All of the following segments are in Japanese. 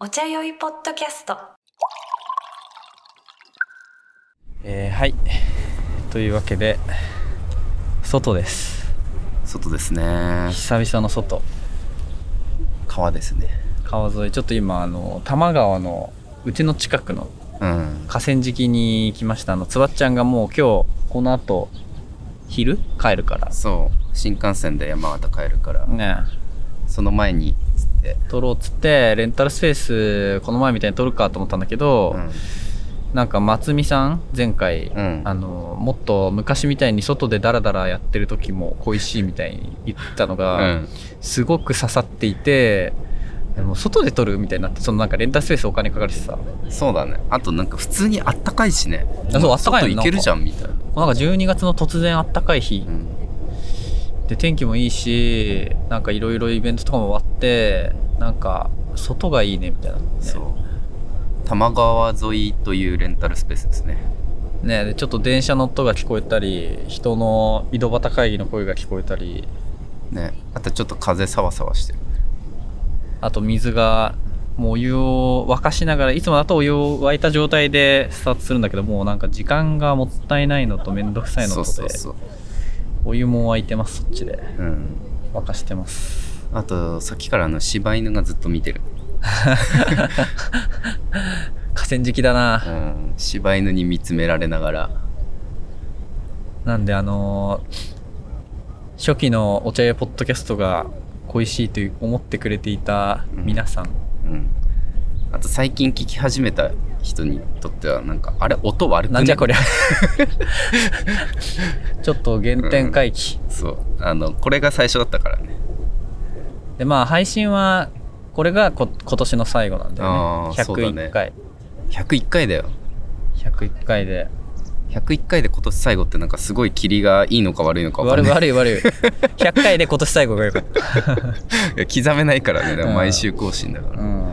お茶酔いポッドキャストえーはいというわけで外です外ですね久々の外川ですね川沿いちょっと今あの多摩川のうちの近くのうん河川敷に来ましたあのつばっちゃんがもう今日この後昼帰るからそう新幹線で山形帰るから、ねその前につって、撮ろうっつってレンタルスペースこの前みたいに撮るかと思ったんだけど、うん、なんか松見さん前回、うんあのもっと昔みたいに外でダラダラやってる時も恋しいみたいに言ったのうが、んすごく刺さっていてでも外で撮るみたいになってそのなんかレンタルスペースお金かかるしさそうだねあとなんか普通にあったかいしねあそうあったかいの外行けるじゃんみたいななんか12月の突然あったかい日うんで天気もいいしなんかいろいろイベントとかも終わってなんか外がいいねみたいな、ね、そう多摩川沿いというレンタルスペースですねねでちょっと電車の音が聞こえたり人の井戸端会議の声が聞こえたりねあとちょっと風さわさわしてるあと水がもうお湯を沸かしながらいつもだとお湯を沸いた状態でスタートするんだけどもうなんか時間がもったいないのとめんどくさいのとそうでそうそう、お湯も沸いてますそっちでうん、沸かしてますあとさっきからあの柴犬がずっと見てる、河川敷だう、なん柴犬に見つめられながらなんであのー初期のお茶屋ポッドキャストが恋しいという思ってくれていた皆さん、うん、あと最近聞き始めた人にとってはなんかあれ音悪くねなんじゃこり ゃちょっと原点回帰、そうあのこれが最初だったからねでまあ配信はこれがこ今年の最後なんだよねあーそうだ101ね回、 101回だよ101回で101回で今年最後ってなんかすごい霧がいいのか悪いのか分か悪んいない悪い悪い100回 で今年最後がよかったいや刻めないからねでうもん毎週更新だからうん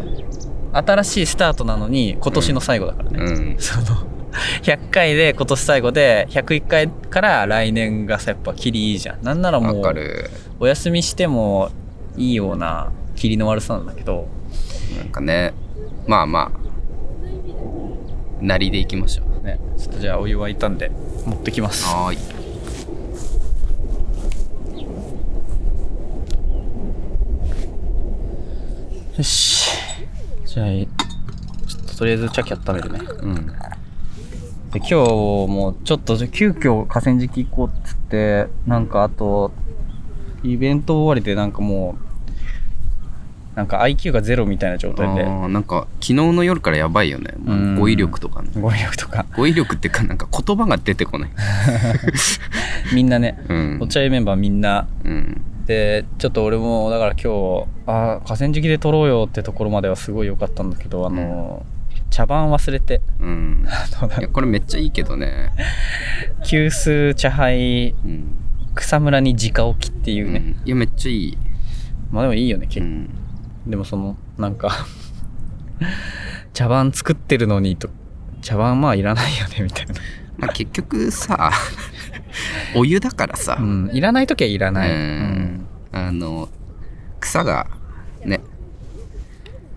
新しいスタートなのに今年の最後だからね、うんその100回で今年最後で101回から来年がさやっぱキリいいじゃんなんならわ、もかうるお休みしてもいいようなキリの悪さなんだけどなんかねまあまあなりでいきましょうねちょっとじゃあお湯沸いたんで持ってきますはーいよしじゃあちょっととりあえずチャキ温めるねうんで今日もちょっと急遽河川敷行こうっつってなんかあとイベント終わりでなんかもうなんか IQ がゼロみたいな状あ態でーなんか昨日の夜からやばいよねもううん語彙力とかね語彙力とか語彙力っていうかなんか言葉が出てこないみんなねうんお茶屋メンバーみんなうんでちょっと俺もだから今日あー河川敷で撮ろうよってところまではすごい良かったんだけどあのー茶番忘れて うんあのなんいかやこれめっちゃいいけどね、急須茶杯うん草むらに直置きっていうね、うんいやめっちゃいい、まあでもいいよね結う構ん、でもそのなんか茶碗作ってるのにと茶碗まあいらないよねみたいな、まあ結局さ お湯だからさ、うん、いらない時はいらない、ううんん、あの草がね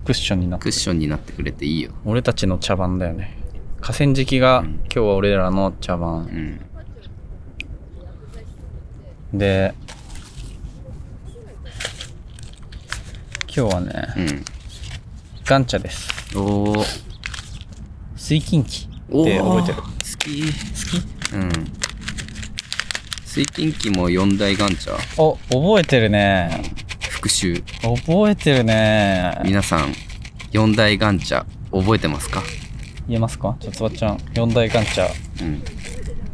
クッションになってクッションになってくれていいよ、俺たちの茶碗だよね河川敷がうん今日は俺らの茶う碗、ん、で今日はねガン茶ですうん、おー水金器おって覚えてるー好好ききうん水金機も四大ガンチャお覚えてるね復習覚えてるね皆さん四大ガンチャ覚えてますか、言えますかちょっとつばっちゃん四大ガン茶うん、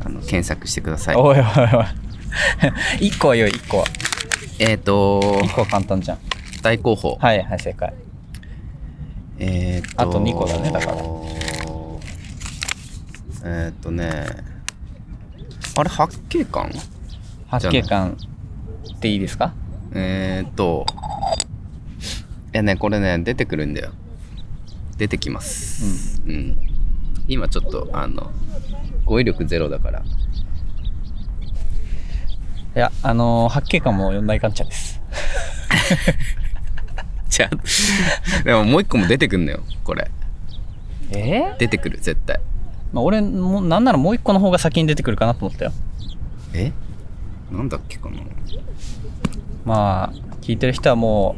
あの検索してくださいおいおいおい 一個は良い一個はえっ、ー、と一個は簡単じゃん大候補はいはい正解えー、っとあと二個だねだからえー、っとねあれ八景館八景館っていいですかえー、っといやねこれね出てくるんだよ出てきますうん、今ちょっとあの語彙力ゼロだからいやあのー八景館も四大館茶ですちゃう でももう一個も出てくんのよこれえ出てくる絶対まあ、俺もなんならもう一個の方が先に出てくるかなと思ったよえなんだっけかなまあ聞いてる人はも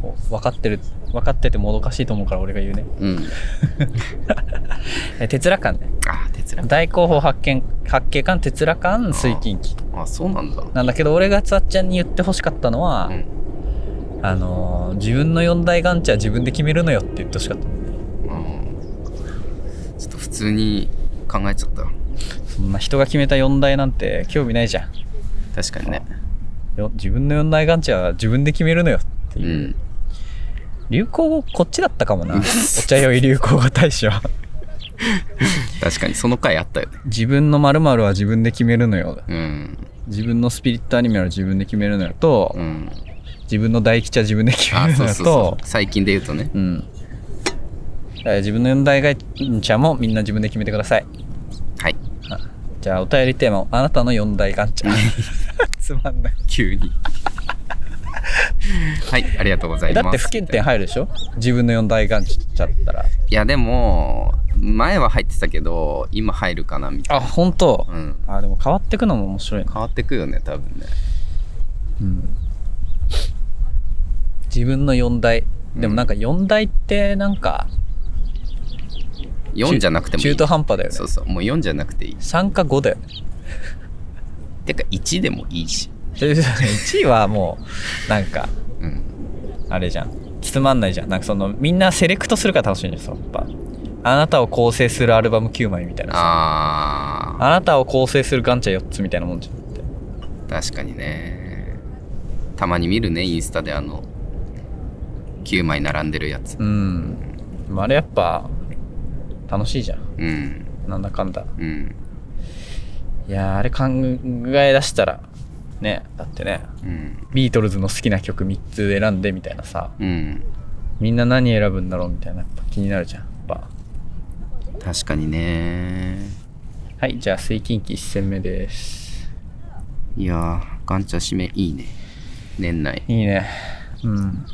うこう分かってる分かっててもどかしいと思うから俺が言うねうんえ哲羅館ねあ哲学大広報発見八景館哲羅館水近期あそうなんだなんだけど俺がつわっちゃんに言ってほしかったのは、うんあのー自分の四大眼地は自分で決めるのよって言ってほしかったうんちょっと普通に考えちゃったそんな人が決めた四大なんて興味ないじゃん確かにねよ自分の四大眼地は自分で決めるのよってういう、ん流行語こっちだったかも なお茶酔い流行語大賞確かにその回あったよね自分の〇〇は自分で決めるのようん自分のスピリットアニメは自分で決めるのよと、うん 自分の大吉は自分で決めあるのそうよそうとそう最近で言うとねうんだから自分の四大外茶もみんな自分で決めてくださいはいじゃあお便りテーマあなたの四大眼茶 つまんない急に はいありがとうございますだって不検点入るでしょ自分の四大眼茶だったらいやでも前は入ってたけど今入るかなみたいあ本当、なうんあでも変わってくのも面白いな、変わってくよね多分ねうん、自分の四大でもなんか四大ってなんか4じゃなくてもいい中途半端だよねそうそうもう4じゃなくていい3か5だよねてか1でもいいし1位はもうなんかうんあれじゃんつまんないじゃんなんかそのみんなセレクトするから楽しいんですよやっぱあなたを構成するアルバム9枚みたいなさああなたを構成するガンチャ4つみたいなもんじゃんってー確かにねたまに見るねインスタであの9枚並んでるやつうんでもあれやっぱ楽しいじゃんうんなんだかんだうんいやーあれ考え出したらねだってねうんビートルズの好きな曲3つ選んでみたいなさうんみんな何選ぶんだろうみたいなやっぱ気になるじゃんやっぱ確かにねはいじゃあ水金期1戦目ですいやーガンチャ締めいいね年内いいねうん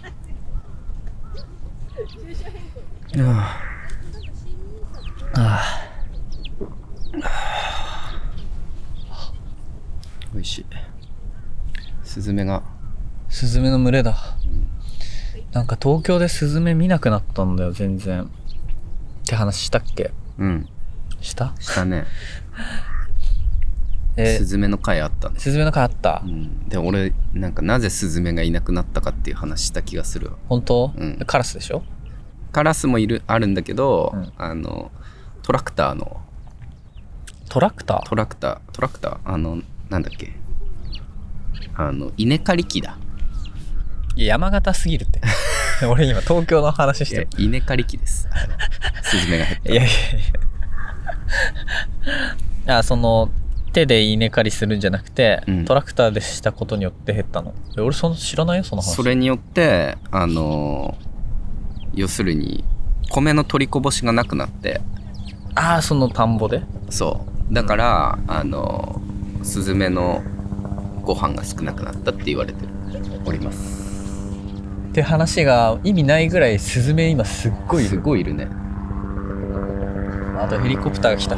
美味しいスズメがスズメの群れだなんか東京でスズメ見なくなったんだよ全然って話したっけうんしたしたねえスズメの回あったんです、スズメの会あったうん、で俺なんかなぜスズメがいなくなったかっていう話した気がするわ本当、うんカラスでしょカラスもいるあるんだけど、うんあのトラクターのトラクタートラクタートラクターあのなんだっけあの稲刈り機だいや山形すぎる って俺今東京の話しいてやる稲刈り機ですあれはスズメが減ったいやいやいやあその手で稲刈りするんじゃなくて、うんトラクターでしたことによって減ったのえ俺その知らないよその話それによってあの要するに米の取りこぼしがなくなってああその田んぼでそうだからあのスズメのご飯が少なくなったって言われてるおりますって話が意味ないぐらいスズメ今すっごいいするごいいるねあとヘリコプターが来た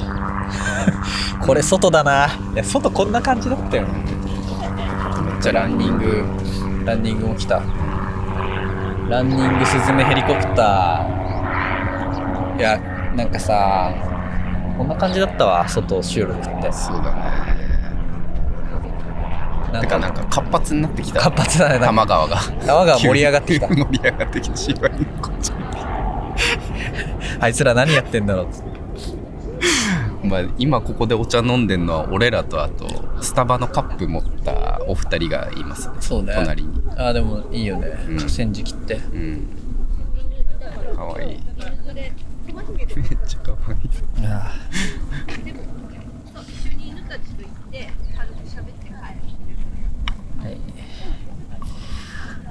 これ外だないや外こんな感じだったよねめっちゃランニングランニングも来たランニングスズメヘリコプターいやなんかさこんな感じだったわ外収録ってそうだねなてんかなんかか活発になってきた活発だね多なんか摩川が川が盛り上がってきた急に盛り上がってきた芝居のこっちあいつら何やってんだろう っつってまあ今ここでお茶飲んでんのは俺らとあとスタバのカップ持ったお二人がいますねそうね隣にあーでもいいよねうん河川敷ってうんかわいいめっちゃかわいいあーはい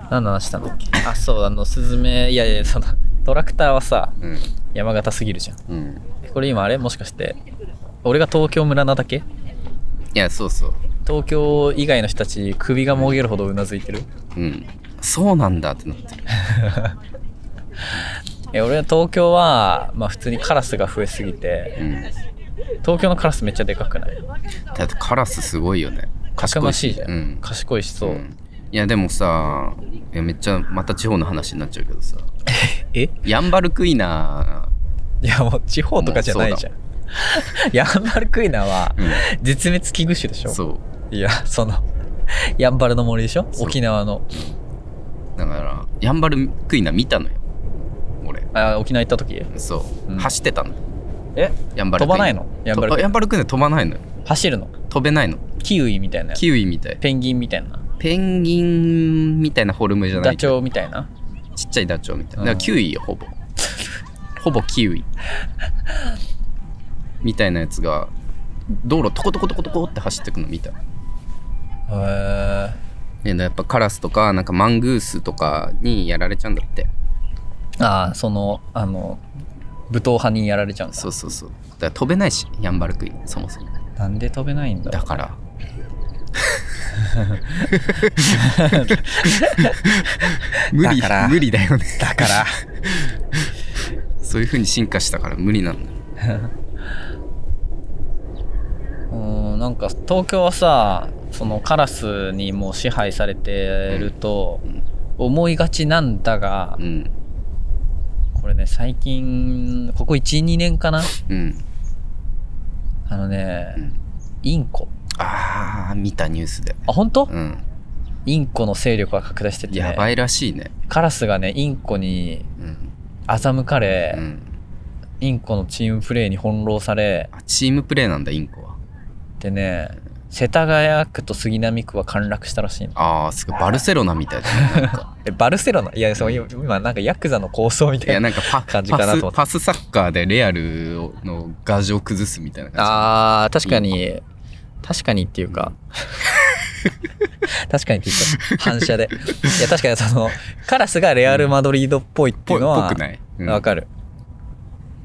何の話したんだっけあそうあのスズメいやいやそのトラクターはさうん山形すぎるじゃんうんこれ今あれもしかして俺が東京村なだけいやそうそう東京以外の人たち首がもげるほどうなずいてるうんそうなんだってなってるえ俺は東京は、まあ、普通にカラスが増えすぎてうんだ東京のカラスめっちゃでかくないってカラスすごいよねたくましいじゃん、うん賢いしそう、んいやでもさいやめっちゃまた地方の話になっちゃうけどさえいヤンバルクイナやもう地方とかじゃないじゃんヤンバルクイナはー、絶滅危惧種でしうん、ょそういやそのヤンバルの森でしょそう沖縄のだからヤンバルクイナ見たのよ俺あ沖縄行った時そう、うん走ってたのえヤンバル飛ばクイナないのヤヤンバルクイヤナンバルクイナ飛ばないのよ走るの飛べないのキウイみたいなキウイみたいペンギンみたいなペンギンみたいなフォルムじゃなダいチョウみたいなちっちゃいダチョウみたいなうんだからキウイよほぼほぼキウイみたいなやつが道路トコトコトコトコって走ってくの見たへーでやっぱカラスとかなんかマングースとかにやられちゃうんだってああそのあの武闘派にやられちゃうんだそうそうそうだから飛べないしヤンバルクイナそもそもなんで飛べないんだだから無理だから無理だよねだからそういう風に進化したから無理なんだうーんなんか東京はさそのカラスにもう支配されてるとうん思いがちなんだが、うんこれね最近ここ12年かなうんあのね、うんインコああ見たニュースであ本当、うんインコの勢力が拡大してて、やばいらしいねカラスがねインコにうん、欺かれ、うん、インコのチームプレーに翻弄されあチームプレーなんだインコはでね世田谷区と杉並区は陥落したらしいのああすごいバルセロナみたいだねなんかえバルセロナいやそう今今なんかヤクザの構想み いたやいななんかパ感じかなと思っパてスパスサッカーでレアルをの牙城を崩すみたいな感じあー確かに確かにっていうか 確かにって言った反射でいや確かにそのカラスがレアル・マドリードっぽいっていぽうのはぽくない、うんわかる。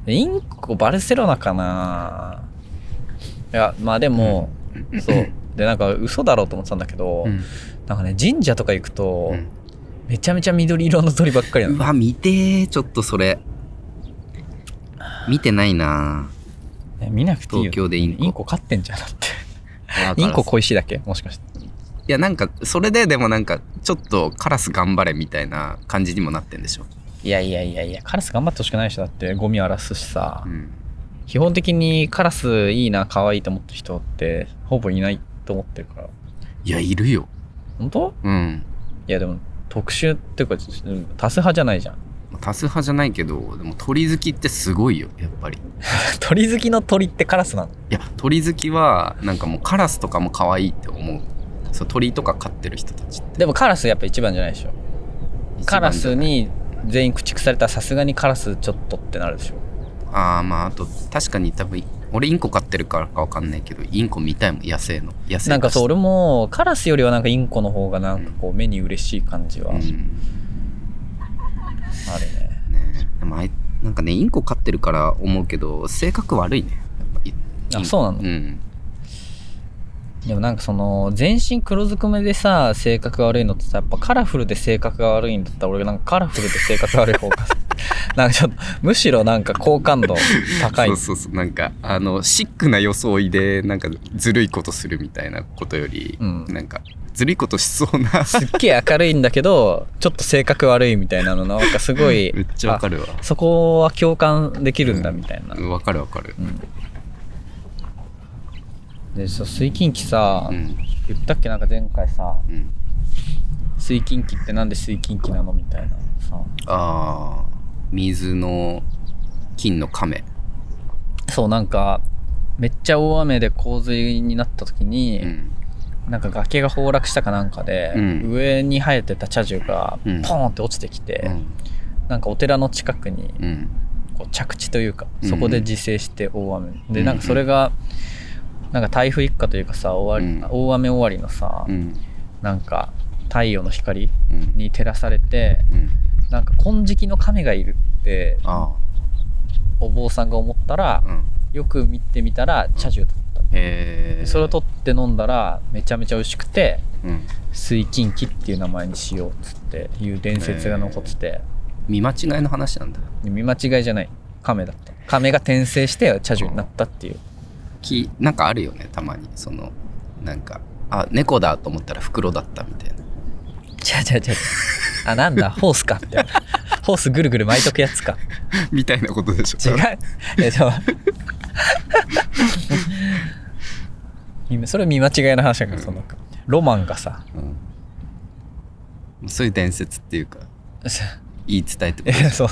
インコ、バルセロナかないや、まあでも、そう。で、なんか嘘だろうと思ってたんだけど、うんなんかね、神社とか行くと、うんめちゃめちゃ緑色の鳥ばっかりなうの。わ見てーちょっとそれ見てないなね見なくていいよ。東京でインコインコ飼ってんじゃんだって。ーインコカラス恋しいだけもしかして。いやなんかそれででもなんかちょっとカラス頑張れみたいな感じにもなってんでしょ、いやいやいやいや、カラス頑張ってほしくない人だって、ゴミ荒らすしさう。ん、基本的にカラスいいな、可愛いと思ってる人って、ほぼいないと思ってるから。いやいるよ本当うんいやでも、特殊っていうか、多数派じゃないじゃん。 多数派じゃないけどでも鳥好きってすごいよやっぱりい鳥好きの鳥ってカラスなのや鳥好きはなんかもうカラスとかも可愛いって思うそう鳥とか飼ってる人たちってでもカラスやっぱ一番じゃないでしょ一カ番ラじゃスないに全員駆逐されたらさすがにカラスちょっとってなるでしょああまああと確かに多分俺インコ飼ってるからかわかんないけどインコ見たいもん野生の野生なんかそうう俺もカラスよりはなんかインコの方がなんかこう目に嬉しい感じはあうるね、んねえでもあいなんかねインコ飼ってるから思うけど性格悪いねやっぱりあそうなのうんでもなんかその全身黒ずくめでさ性格が悪いのってさやっぱカラフルで性格が悪いんだったら俺なんかカラフルで性格悪い方が なんかちょっとむしろなんか好感度高いそうそうそうなんかあのシックな装いでなんかずるいことするみたいなことより、うんなんかずるいことしそうなすっげえ明るいんだけどちょっと性格悪いみたいなのなんかすごいめっちゃわかるわあそこは共感できるんだみたいな、わかるわかるでそう水禁鬼さ、うん言ったっけなんか前回さうん水禁鬼ってなんで水禁鬼なのみたいなさあー水の金の亀そうなんかめっちゃ大雨で洪水になった時に、うんなんか崖が崩落したかなんかで、うん上に生えてた茶樹がポうんーンって落ちてきて、うんなんかお寺の近くにうんこう着地というかうんそこで自生して大雨、うでんなんかそれがなんか台風一過というかさ終わり、うん大雨終わりのさ、うんなんか太陽の光うんに照らされてうんなんか金色の神がいるってあお坊さんが思ったらあうんよく見てみたら茶樹だったへえでそれを取って飲んだらめちゃめちゃ美味しくてうん水金鬼っていう名前にしようっつっていう伝説が残ってて、見間違いの話なんだで見間違いじゃない亀だった亀が転生して茶樹になったっていうきなんかあるよねたまにそのなんかあ猫だと思ったら袋だったみたいな ちゃちゃちゃあなんだホースかみたいなホースぐるぐる巻いとくやつかみたいなことでし違ういやちょ今 それ見間違いの話だからそのなんかロマンが さうん、そういう伝説っていうか言い伝えってこいやそう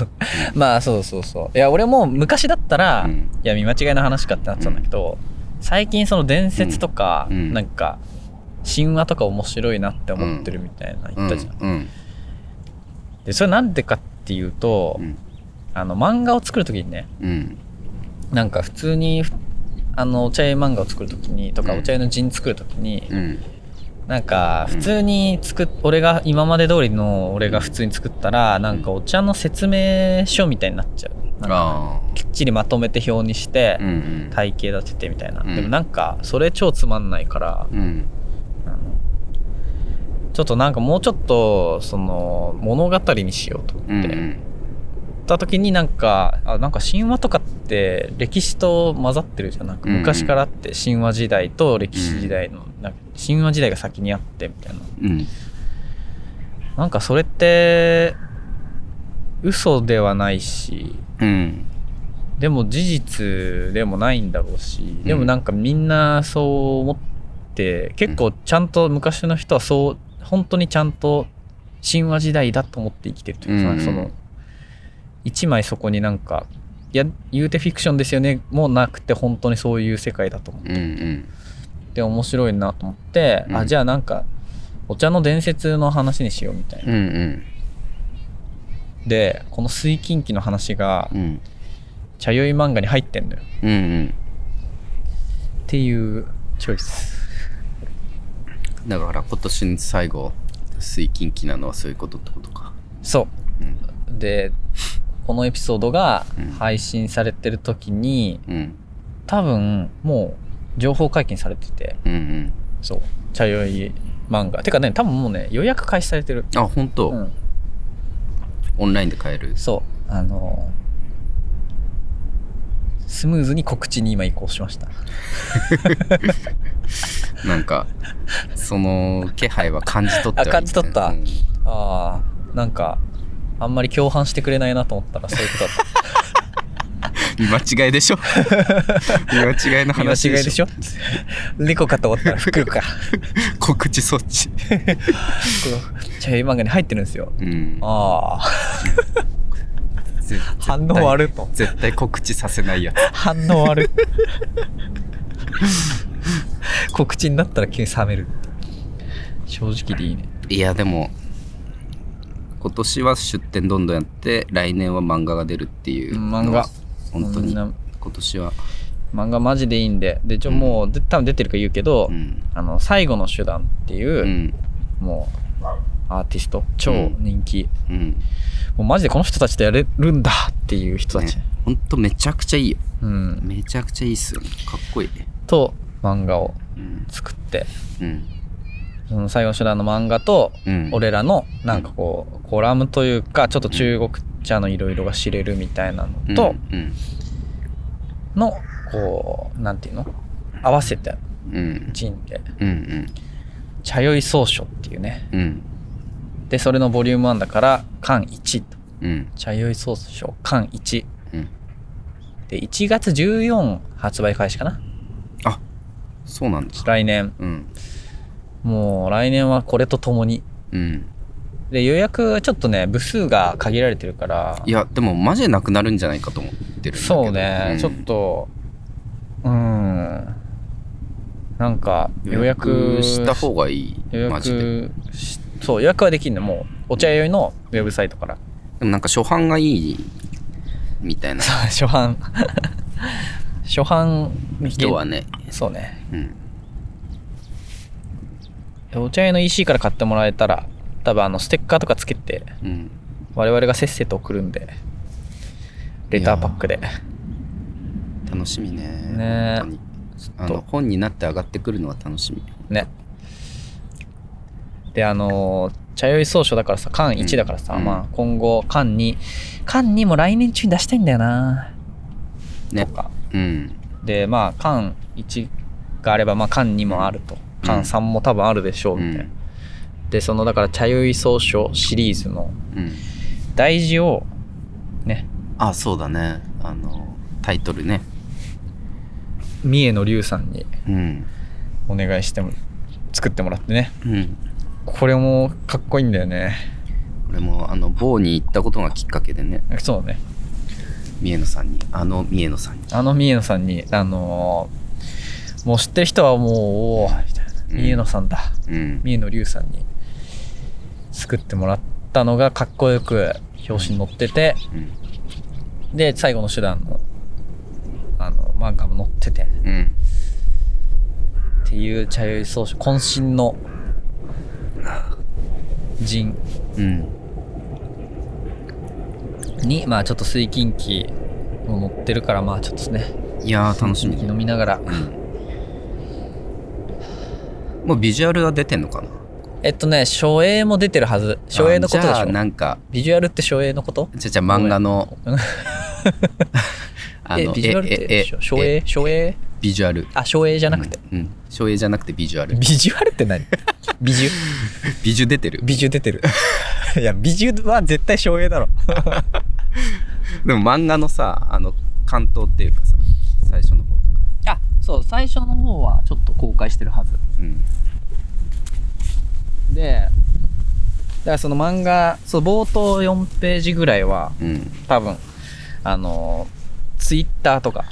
まあそうそうそういや俺も昔だったら、うんいや見間違いの話かってなってたんだけど、最近その伝説とか、うんうんなんか神話とか面白いなって思ってるみたいなと言ったじゃん、うんでそれなんでかっていうと、うんあの漫画を作る時にねうんなんか普通にあのお茶屋漫画を作る時にとか、うんお茶屋の陣作る時に、うんなんか普通に作っ俺が今まで通りの俺が普通に作ったらなんかお茶の説明書みたいになっちゃうなんかあきっちりまとめて表にしてあうんうん体系立ててみたいな、うんでもなんかそれ超つまんないからうんちょっとなんかもうちょっとその物語にしようと思って、うんう行ったん時になんかあなんか神話とかって歴史と混ざってるじゃんなんかうんうん昔からあって神話時代と歴史時代のなんか神話時代が先にあってみたいなうんなんかそれって嘘ではないしうんでも事実でもないんだろうしでもなんかみんなそう思って結構ちゃんと昔の人はそう本当にちゃんと神話時代だと思って生きてるというか、うんその一枚そこになんかいや言うてフィクションですよねもうなくて本当にそういう世界だと思うんうんって面白いなと思って、うあんじゃあなんかお茶の伝説の話にしようみたいな。うんうんでこの水金鬼の話がうん茶酔い漫画に入ってんのようんうんっていうチョイスだから今年の最後水金期なのはそういうことってことかそうんうでこのエピソードがうん配信されてる時にうん多分もう情報解禁されててうんうんそう茶酔い漫画てかね多分もうね予約開始されてるあ本当、うんオンラインで買えるそうあのスムーズに告知に今移行しましたなんかその気配は感じ取ったよあ感じ取ったうんああなんかあんまり共犯してくれないなと思ったらそういうことだった見間違いでしょ見間違い の見間話違いでしょ猫かと思ったら服 か告知措置 茶ャイ漫画に入ってるんですようんああぜ反応悪いと絶対告知させないやつ反応悪い告知になったら急に冷める正直でいいねいやでも今年は出店どんどんやって来年は漫画が出るっていうのは漫画本当にみんな今年は漫画マジでいいんででちょもう、で多分出てるから言うけど、うんあの最後の手段っていうう、んもうアーティスト超人気、うんもうマジでこの人たちとやれるんだっていう人たち、ねほんとめちゃくちゃいいようんめちゃくちゃいいっすよねかっこいいねと漫画をうん作ってうんその最後の手段の漫画とうん俺らのなんかこうコラムというかちょっと中国茶のいろいろが知れるみたいなのとうんのこうなんていうの合わせてうんジンでうんうん茶酔い草書っていうねうんでそれのボリューム1だから巻1うん茶酔い草書巻1うんで1月14発売開始かなあそうなんだ来年うんもう来年はこれとともにうんで予約はちょっとね部数が限られてるからいやでもマジでなくなるんじゃないかと思ってるんだけどそうね、んちょっとうんなんか予予約約した方がいい予マジで約しそう予約はできるのもうお茶酔いのウェブサイトから でもなんか初版がいいみたいなそう初版 初版人はね、そうねうん、お茶酔いの EC から買ってもらえたら多分あのステッカーとかつけてうん、我々がせっせと送るんでレターパックで楽しみねね本当にあちょのっ本になって上がってくるのは楽しみねであのー茶酔い総書だからさ缶う1んだからさ、うんまあ今後缶2缶2も来年中に出したいんだよなねとかうんでまあ缶1があればまあ缶2もあると缶3も多分あるでしょううみたいな、んでそのだから茶酔い総書シリーズのうん大事をねあそうだねあのタイトルね三重の龍さんにうんお願いしても作ってもらってねうんこれもかっこいいんだよね俺もあの某に行ったことがきっかけでねそうね三重野さんにあの三重野さんにあの三重野さんにあのーもう知ってる人はもうおおみたいなうん三重野さんだうん三重野龍さんに作ってもらったのがかっこよく表紙に載っててうんで最後の手段のあの漫画も載っててうんっていう茶酔い総書渾身の陣うんにまあちょっと水禁期も乗ってるからまあちょっとねいやー楽しみ水禁忌飲みながらうんもうビジュアルは出てんのかなえっとね初映も出てるはず初映のことであしじゃあょなんかビジュアルって初映のことじゃあじゃあ漫画のごめんあえのビジュアルってでしょ初映初映ビジュアルあ初映じゃなくて、うん照英じゃなくてビジュアルビジュアルって何 ビジュビジュ出てるビジュ出てる いやビジュは絶対初映だろでも漫画のさあの関東っていうかさ最初の方とかあそう最初の方はちょっと公開してるはずうんでだからその漫画そう冒頭4ページぐらいはうん多分あのツイッターとか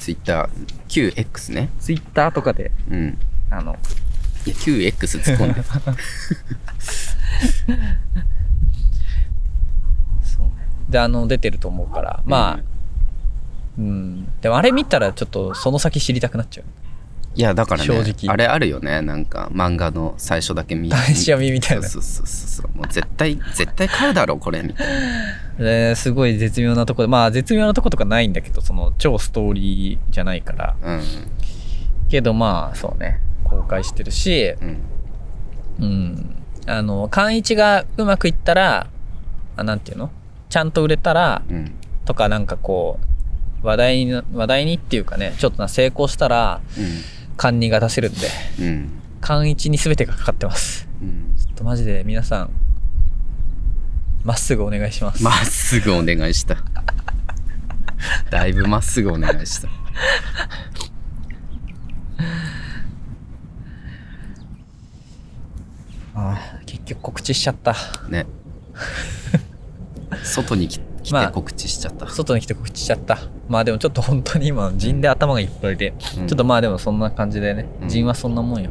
ツイッター QX ねツイッターとかでうんあのいや QX 突っ込んでであの出てると思うからまあうんでもあれ見たらちょっとその先知りたくなっちゃういやだからね正直あれあるよねなんか漫画の最初だ け見試し読みみたいなそうそうそうそうもう絶対絶対買うだろうこれみたいなですごい絶妙なとこでまあ絶妙なとことかないんだけどその超ストーリーじゃないからうんけどまあそうね公開してるしううんんあの寛一がうまくいったらあなんていうのちゃんと売れたらうんとかなんかこう話題に話題にっていうかねちょっとな成功したら勘にが出せるんでうんうん勘一に全てがかかってますうんちょっとマジで皆さんまっすぐお願いします、まっすぐお願いしただいぶまっすぐお願いしたあー結局告知しちゃったね外にき来まてあ告知しちゃった、外に来て告知しちゃったまあでもちょっと本当に今陣で頭がいっぱいで、うんちょっとまあでもそんな感じでねうん陣はそんなもんよ、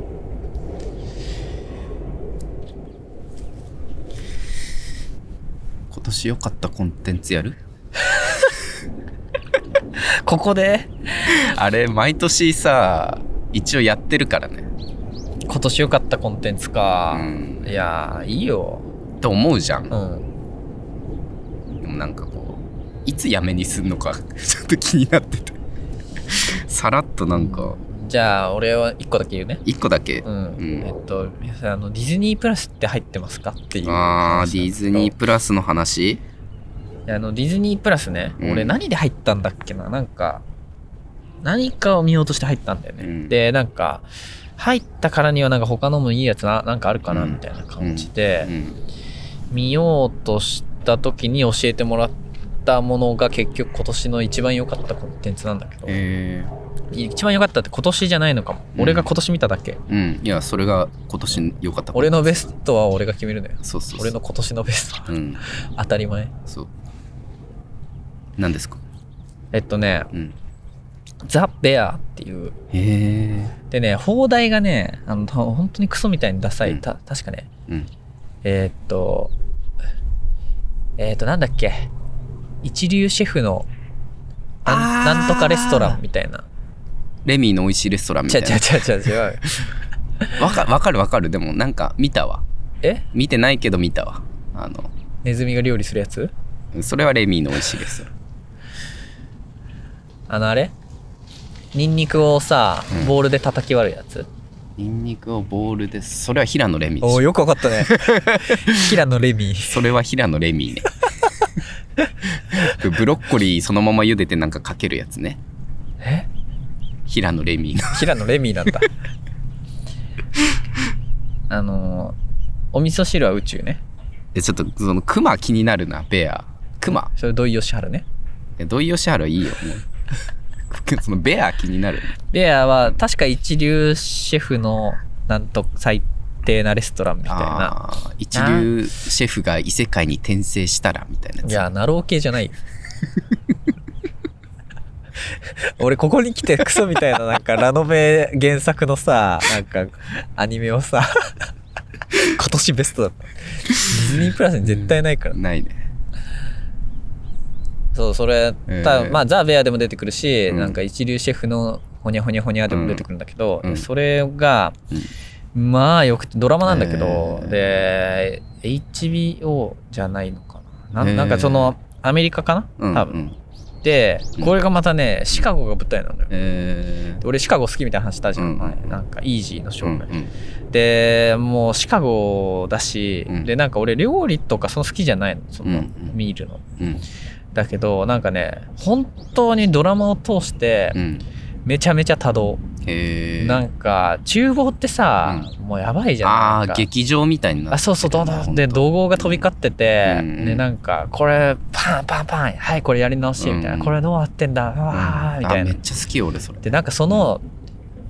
今年良かったコンテンツやるここであれ毎年さ一応やってるからね今年良かったコンテンツか、うんいやーいいよと思うじゃん、うんでもなんかこういつやめにすんのか ちょっと気になっててさらっとなんかじゃあ俺は1個だけ言うね一個だけう、ん、うんえっと皆さんあのディズニープラスって入ってますかっていうあ話ーデなんィですズけどニープラスの話いやあのディズニープラスね、うん俺何で入ったんだっけななんか何かを見ようとして入ったんだよね、うんでなんか入ったからにはなんか他のもいいやつななんかあるかなうんみたいな感じうで、ん見ようとした時に教えてもらったものが結局今年の一番良かったコンテンツなんだけど、え一番良かったって今年じゃないのかも、うん俺が今年見ただけーうんいやそれが今年良かった俺のベストは俺が決めるのよそうそうそう俺の今年のベストうん当たり前そう何ですかえっとねうんザ・ベアっていうへえでね、放題がね、あの、た本当にクソみたいにダサい。うんた、確かね、うんえーっと、えーっと、なんだっけ、一流シェフの、なんあーなんとかレストランみたいな。レミーの美味しいレストランみちたゃいちゃちゃちゃ違 う。なわかわかるわかるでもなんか見たわえ見てないけど見たわあのネズミが料理するやつそれはレミーの美味しいですよ。あの、あれニンニクをさうんボールで叩き割るやつ、 ニンニクをボールでそれは平野レミでおおしょよくわかった ね平野レミそれは平野レ ミねブロッコリーそのまま茹でてなんかかけるやつねえ平野レミの平野レミなん だあのお味噌汁は宇宙ねえちょっとそのクマ気になるなベアクマそれ土井善治ねえ土井善晴いいよもう そのベア気になるベアは確か一流シェフのなんと最低なレストランみたいなあー一流シェフが異世界に転生したらみたいないややナロー系じゃないよ俺ここに来てクソみたいななんかラノベ原作のさなんかアニメをさ今年ベストだったディズニープラスに絶対ないからつないねそう、それ、えーたまあ、ザ・ベアでも出てくるし、うんなんか一流シェフのほにゃほにゃほにゃでも出てくるんだけど、うんうんそれが、まあよくて、ドラマなんだけど、で、HBO じゃないのかな。なえーんなんかその、アメリカかなうん多分、うんでうん、これがまたね、シカゴが舞台なのよ。えで俺、シカゴ好きみたいな話したじゃん、前うんなんか、イージーのー紹う介んうんで、もう、シカゴだし、うんで、なんか俺、料理とかその好きじゃないの、その、うんうんミールの。うんだけどなんかね本当にドラマを通してうんめちゃめちゃ多動、へえなんか厨房ってさ、もうやばいじゃんあなあんーか劇場みたいになってるあそうそうどんどんで怒号が飛び交ってて、うんでなんかこれパンパンパンはいこれやり直しみたいな、うんこれどうなってんだううんわーみたいあなめっちゃ好き俺それでなんかその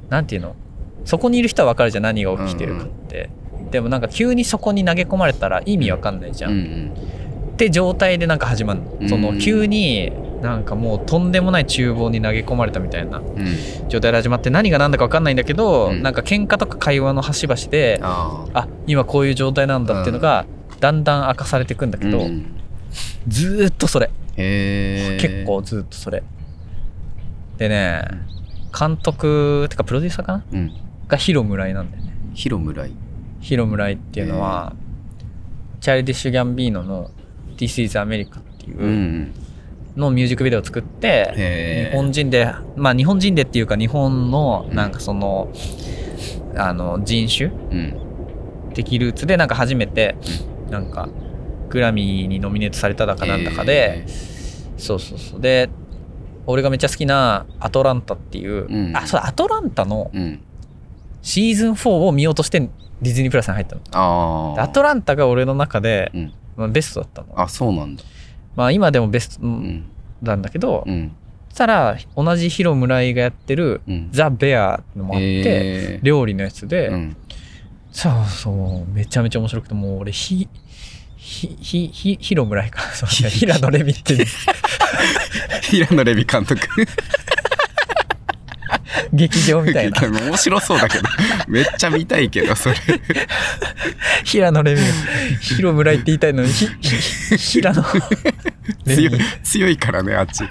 なんていうのそこにいる人は分かるじゃん何が起きてるかって、でもなんか急にそこに投げ込まれたら意味わかんないじゃうんうんって状態でなんか始まるうんのその急になんかもうとんでもない厨房に投げ込まれたみたいなうん状態で始まって何が何だか分かんないんだけど、うんなんか喧嘩とか会話の端々であああ今こういう状態なんだっていうのがだんだん明かされてくんだけど、うんずーっとそれへえ結構ずーっとそれでね監督てかプロデューサーかなうんがヒロムライなんだよね広村井ヒロムライっていうのは、チャイルディッシュ・ギャンビーノの「This is America」っていう、うんのミュージックビデオを作って、へー日本人でまあ日本人でっていうか日本のうんなんかその、あの人種うん的ルーツでなんか初めてなんかグラミーにノミネートされただかなんだかで、へそうそうそうで俺がめっちゃ好きな「アトランタ」っていう、うんあそうアトランタのーうんシーズン4を見ようとしてディズニープラスに入ったのあであアトランタが俺の中で、うんまあ、ベストだったのあそうなんだまあ今でもベストうんなんだけど、うんそしたら同じヒロ村井がやってるうんザ・ベアのもあって、へー料理のやつで、うん そうそう、めちゃめちゃ面白くて、もう俺、ひ、ひ、ひ、ひ、ひろむらいかな。そうひ平野レミっていう平野レミ監督劇場みたいな。面白そう だけどめっちゃ見たいけどそれ平野レミが、ひろむらいって言いたいのに、ひ、ひ、平野レ強いミ。強いからねあっち引っ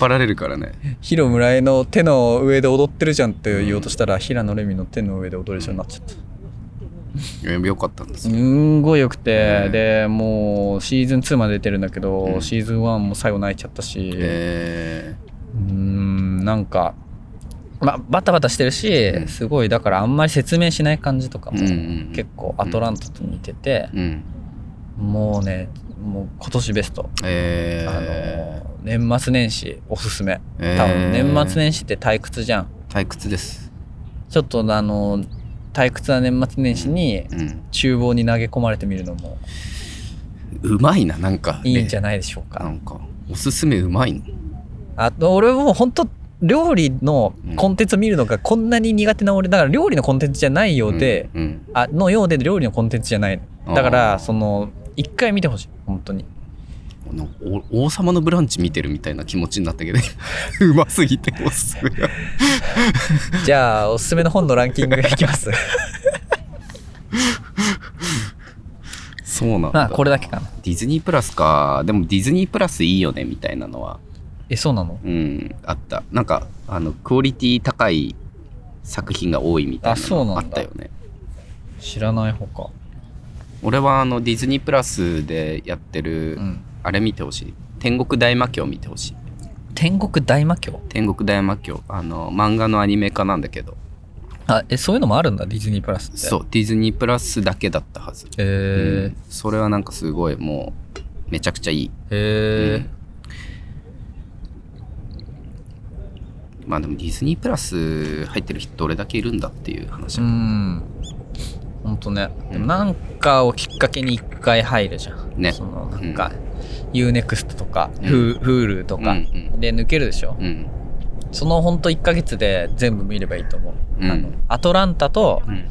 張られるからねひろむらいの手の上で踊ってるじゃんって言おうとしたら、平野レミの手の上で踊れそうになっちゃった。うんよかったんですすよんごい良くて、えでもうシーズン2まで出てるんだけど、うんシーズン1も最後泣いちゃったし、えうーんなんか、ま、バタバタしてるし、うんすごいだからあんまり説明しない感じとかーうも、んうん結構アトランタと似てて、うんもうねもう今年ベスト、えあの年末年始おすすめー多分年末え年始って退屈じゃんー退屈ですちょっとあの退屈な年末年始にうん厨房に投げ込まれてみるのもうまいななんかいいんじゃなないでしょうか、なんかおすすめうまいのあと俺もう本当料理のコンテンツ見るのがこんなに苦手な俺だから料理のコンテンツじゃないようで、うんあのようで料理のコンテンツじゃないうんだからあーその一回見てほしい本当になんかお王様のブランチ見てるみたいな気持ちになったけど うますぎておすす めがじゃあおすすめの本のランキングいき ますそうなんだまあこれだけかなディズニープラスかでもディズニープラスいいよねみたいなのはえそうなのうんあったなんかあのクオリティ高い作品が多いみたいあなそうのなんがだあったよね知らないほか俺はあのディズニープラスでやってる、うんあれ見てほしい天国大魔教見てほしい天国大魔教天国大魔教あの漫画のアニメ化なんだけどあえそういうのもあるんだディズニープラスってそうディズニープラスだけだったはず、へうえんそれはなんかすごいもうめちゃくちゃいいへえまあでもディズニープラス入ってる人どれだけいるんだっていう話、うんほんとねんでもなんかをきっかけに一回入るじゃんねそのなんか、UNEXT とか、ん Hu- Hulu とか、うんうんで抜けるでしょ、うんそのほんと1ヶ月で全部見ればいいと思う、うんあのアトランタとうん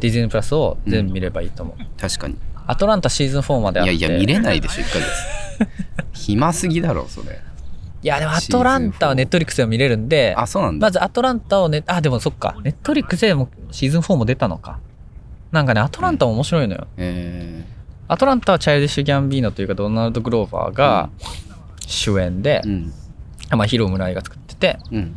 ディズニープラスを全部見ればいいと思う、確かにアトランタシーズン4まであっいやていや見れないでしょ1ヶ月 暇すぎだろそれいやでもアトランタはネットリックスでも見れるんであそうなんだ、まずアトランタをね、あ、でもそっか、ネットリックスでもシーズン4も出たのか。なんかね、アトランタも面白いのよ。えアトランタはチャイルディッシュ・ギャンビーノというか、ドナルド・グローバーが主演でー、う、んまあ、ヒロムライが作ってて、うん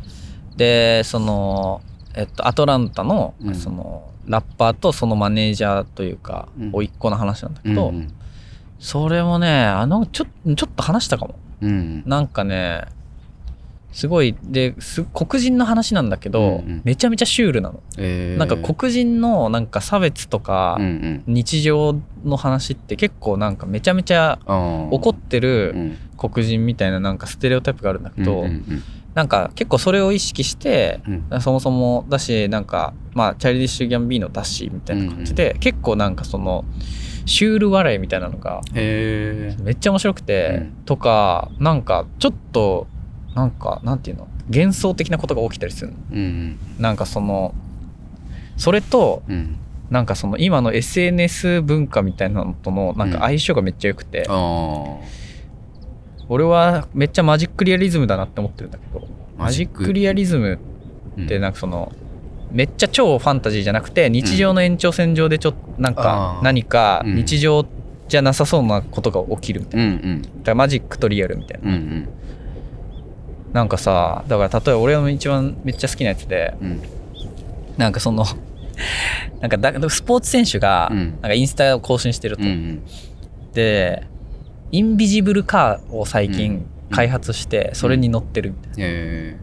で、その、えっと、アトランタの、うんその、ラッパーとそのマネージャーというかうん、おいっ子の話なんだうけんど、それもね、あの、ちょ、ちょっと話したかも。うんなんかね、すごい、で、す黒人の話なんだけど、うんうんめちゃめちゃシュールなの。えーなんか黒人のなんか差別とかうんうん日常の話って結構なんかめちゃめちゃあー怒ってうるん黒人みたいななんかステレオタイプがあるんだけど、うんうんなんか結構それを意識してうんうんそもそもだしなんかまあチャイルディッシュ・ギャンビーノだしみたいな感じで、結構なんかそのシュール笑いみたいなのがへえめっちゃ面白くて、うんとかなんかちょっとなんかなんていうの幻想的なことが起きたりするのうんなんかそのそれとうんうんなんかその今の SNS 文化みたいなのとのなんか相性がめっちゃ良くて、あー俺はめっちゃマジックリアリズムだなって思ってるんだけどマジックリアリズムうんってなんかその、めっちゃ超ファンタジーじゃなくて日常の延長線上でちょっとなんあかー何かうん日常じゃなさそうなことが起きるみたいうんうんなだからマジックとリアルみたいな、うんうんなんかさだから例えば俺の一番めっちゃ好きなやつでうんなんかその なんかだスポーツ選手がうなんんかインスタを更新してると、うんうんでインビジブルカーを最うん近開発してそれに乗ってるみたいな、へえ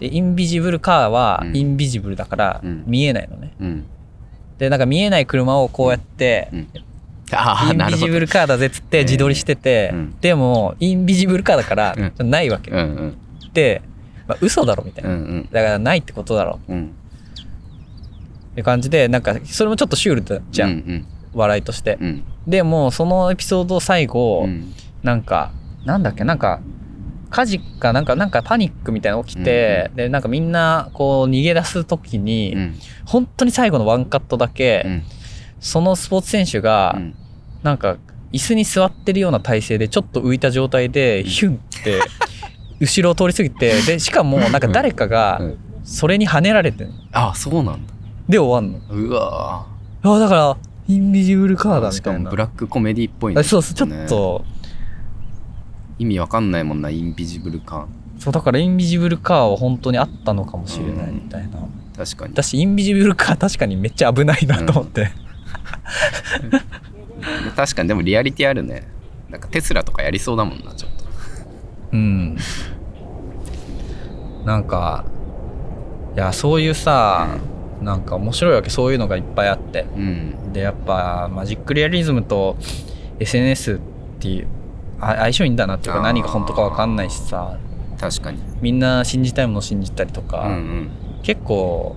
でインビジブルカーはうんインビジブルだからうん見えないのね、うんでなんか見えない車をこうやって、うんああインなるビほジどブルカーだぜっつって自撮りしてて、うんでもインビジブルカーだからうんちょっとないわけ、うんうんで、まあ、嘘だろみたいうんうな、んだからないってことだろうんって感じでなんかそれもちょっとシュールだじゃん、うん笑いとしてう、んでもそのエピソードを最後、うんなんか、なんだっけ、なんか、火事か、なんか、なんかパニックみたいなの起きて、で、なんかみんな、こう、逃げ出すときに、うん本当に最後のワンカットだけ、うんそのスポーツ選手が、うんなんか、椅子に座ってるような体勢で、ちょっと浮いた状態で、ヒュンって、 後ろを通り過ぎて、で、しかも、なんか誰かがうん、それに跳ねられてんああそうなんだで、終わんの。うわあ、だから、インビジブルカーだーみしかたいもなブ。ラックコメディっぽいあねそうそう、ちょっねと、意味わかんないもんなインビジブル感そうだからインビジブルカーは本当にあったのかもしれないみたいな、確かに私インビジブルカー確かにめっちゃ危ないなと思って、確かにでもリアリティあるねなんかテスラとかやりそうだもんなちょっとうん、なんかいやそういうさ、なんか面白いわけそういうのがいっぱいあってうんでやっぱマジックリアリズムと SNS っていうあ相性いいんだなっていうかあー何が本当か分かんないしさ確かにみんな信じたいものを信じたりとか、うん結構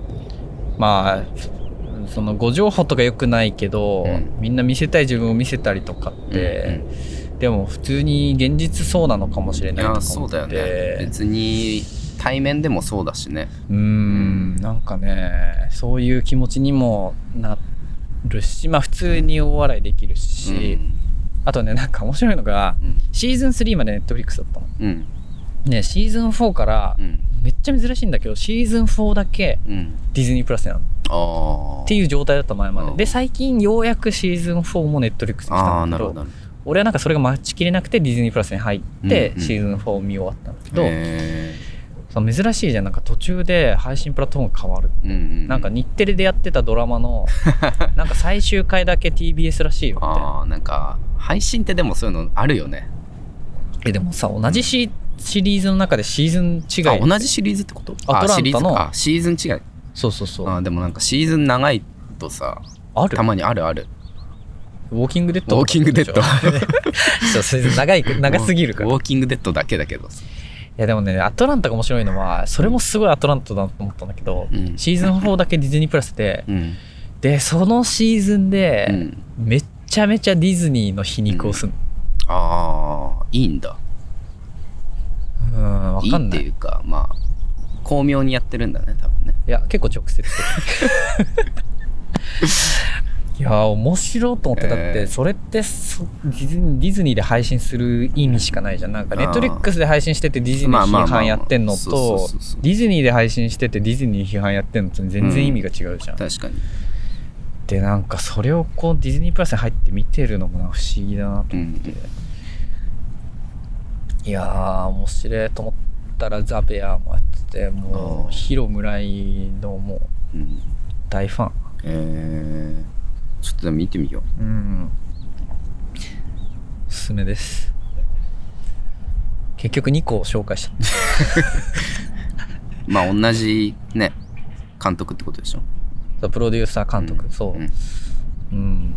まあその誤情報とか良くないけど、うんみんな見せたい自分を見せたりとかっうんて、でも普通に現実そうなのかもしれいないとやかそ思うっだよねて別に対面でもそうだしねうーんなんかねそういう気持ちにもなるしまあ普通にお笑いできるし、あとねなんか面白いのがうんシーズン3までネットフリックスだったの。うんねシーズン4からうんめっちゃ珍しいんだけどシーズン4だけうんディズニープラスなの。ああっていう状態だった前まで、うんで最近ようやくシーズン4もネットリックスに来あたあんだなけるどほどなる俺はなんかそれが待ちきれなくてディズニープラスに入って、うんうんシーズン4を見終わったんだけほど、どへその珍しいじゃんなんか途中で配信プラットフォームが変わる、ーうんうんなんか日テレでやってたドラマ のなんか最終回だけ TBS らしいよみたいなああなんか配信ってでもそういうのあるよねえでもさ同じシーシリーズの中でシーズン違あい同じシリーズってことアトランタのあシリーズかあシーズン違いそうそうそうあでもなんかシーズン長いとさあるたまにあるあるウォーキングデッドウォーキングデッド そうそれ長い長すぎるからウォいーキングデッドだけだけどさやでもねアトランタが面白いのはそれもすごいアトランタだなと思ったんだけど、うんシーズン4だけディズニープラスでうんでそのシーズンうでんめっちゃめちゃディズニーの皮肉をすんのああいいんだうんわいかんいっなていいうかまあ巧妙にやってるんだね多分ねいや結構直接的 いやー面白いと思ってだっえーてそれってそディズニーディズニーで配信する意味しかないじゃんなんかあーネットリックスで配信しててディズニまーあまあまあ批まあ判やってんのそうそとうそうそうディズニーで配信しててディズニー批判やってんのと全然意味が違うじゃん、確かにでなんかそれをこうディズニープラスに入って見てるのもなんか不思議だなと思って、いやー面白いと思ったらザベアもやっててもあーうヒロ村井のもううん大ファンえー、ちょっとでも見てみよううんおすすめです結局2個紹介 したまあ同じね監督ってことでしょそうプロデューサー監督、んそううんうん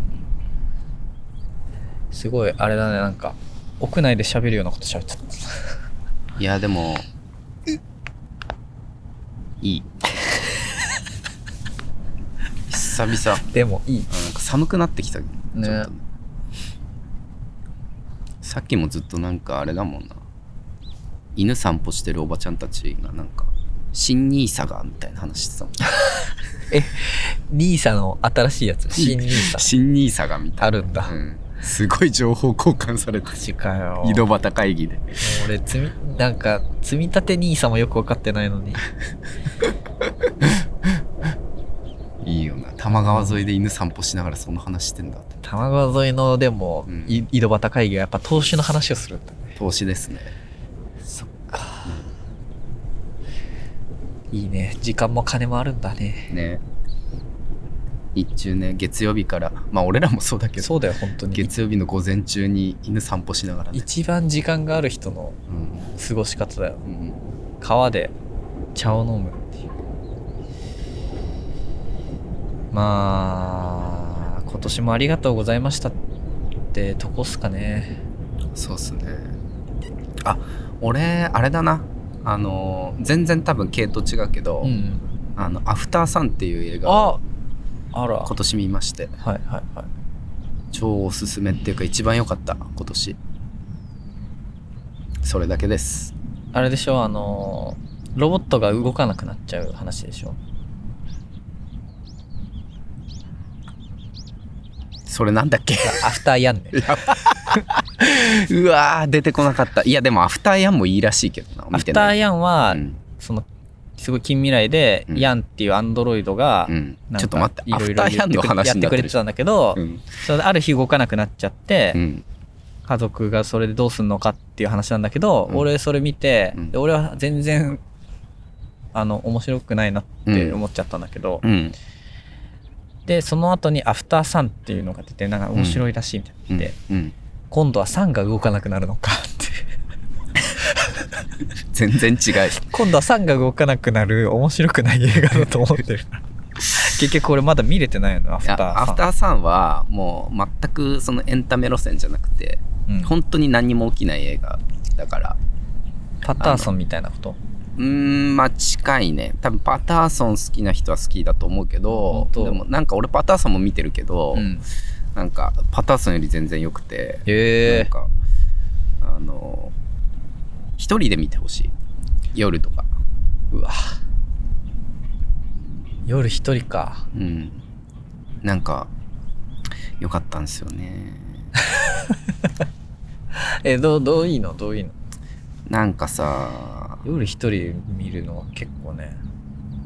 すごいあれだねなんか屋内で喋るようなこと喋っちゃったいやでもいい久々でもいいあなんか寒くなってきたねねちょっとねさっきもずっとなんかあれだもんな犬散歩してるおばちゃんたちがなんか新ニーサがみたいな話してた もんニーサの新しいやつ新ニーサ新ニーサがみたいあるんだな、うん、すごい情報交換されてマジかよ井戸端会議でもう俺積みなんか積み立て兄さんもよく分かってないの にいいよな多摩川沿いで犬散歩しながらその話してんだって玉川沿いのでも、うんい井戸端会議はやっぱ投資の話をするんだね投資ですねそっかいいね時間も金もあるんだねね日中ね月曜日からまあ俺らもそうだけどそうだよ本当に月曜日の午前中に犬散歩しながらね一番時間がある人のうん過ごし方だようん川で茶を飲むっていうまあ今年もありがとうございましたってとこっすかねそうっすねあ俺あれだなあのー全然多分系統違うけど、んあの「アフターサン」っていう映画をああら今年見ましてはいはいはい超おすすめっていうか一番良かった今年それだけですあれでしょあのーロボットが動かなくなっちゃう話でしょそれなんだっけアフターやんねうわー出てこなかったいやでも「アフターヤン」もいいらしいけどなア見フてタなーいヤンは、うんそのすごい近未来で、うんヤンっていうアンドロイドが、うんなんかちょっと待っていろいろアフターヤンの話やってくれになってるてたんだけど、うんそれである日動かなくなっちゃって、うん家族がそれでどうすんのかっていう話なんだけど、うん俺それ見て、うんで俺は全然あの面白くないなって思っちゃったんだけど、うんでその後に「アフターサン」っていうのが出てなんか面白いらしいみたいなので、うん今度はサンが動かなくなるのかって 全然違う今度はサンが動かなくなる面白くない映画だと思っ てる結局俺まだ見れてないのアフいタやーサンアフターさんはもう全くそのエンタメ路線じゃなくてうん本当に何も起きない映画だからパターソンみたいなことうーんまあ近いね多分パターソン好きな人は好きだと思うけど本当でもなんか俺パターソンも見てるけど、うんなんかパターソンより全然良くて、へなんかあの一人で見てほしい夜とかー、うわ夜一人かうんなんか良かったんですよねえどうどういいのどういいのなんかさ夜一人で見るのは結構ね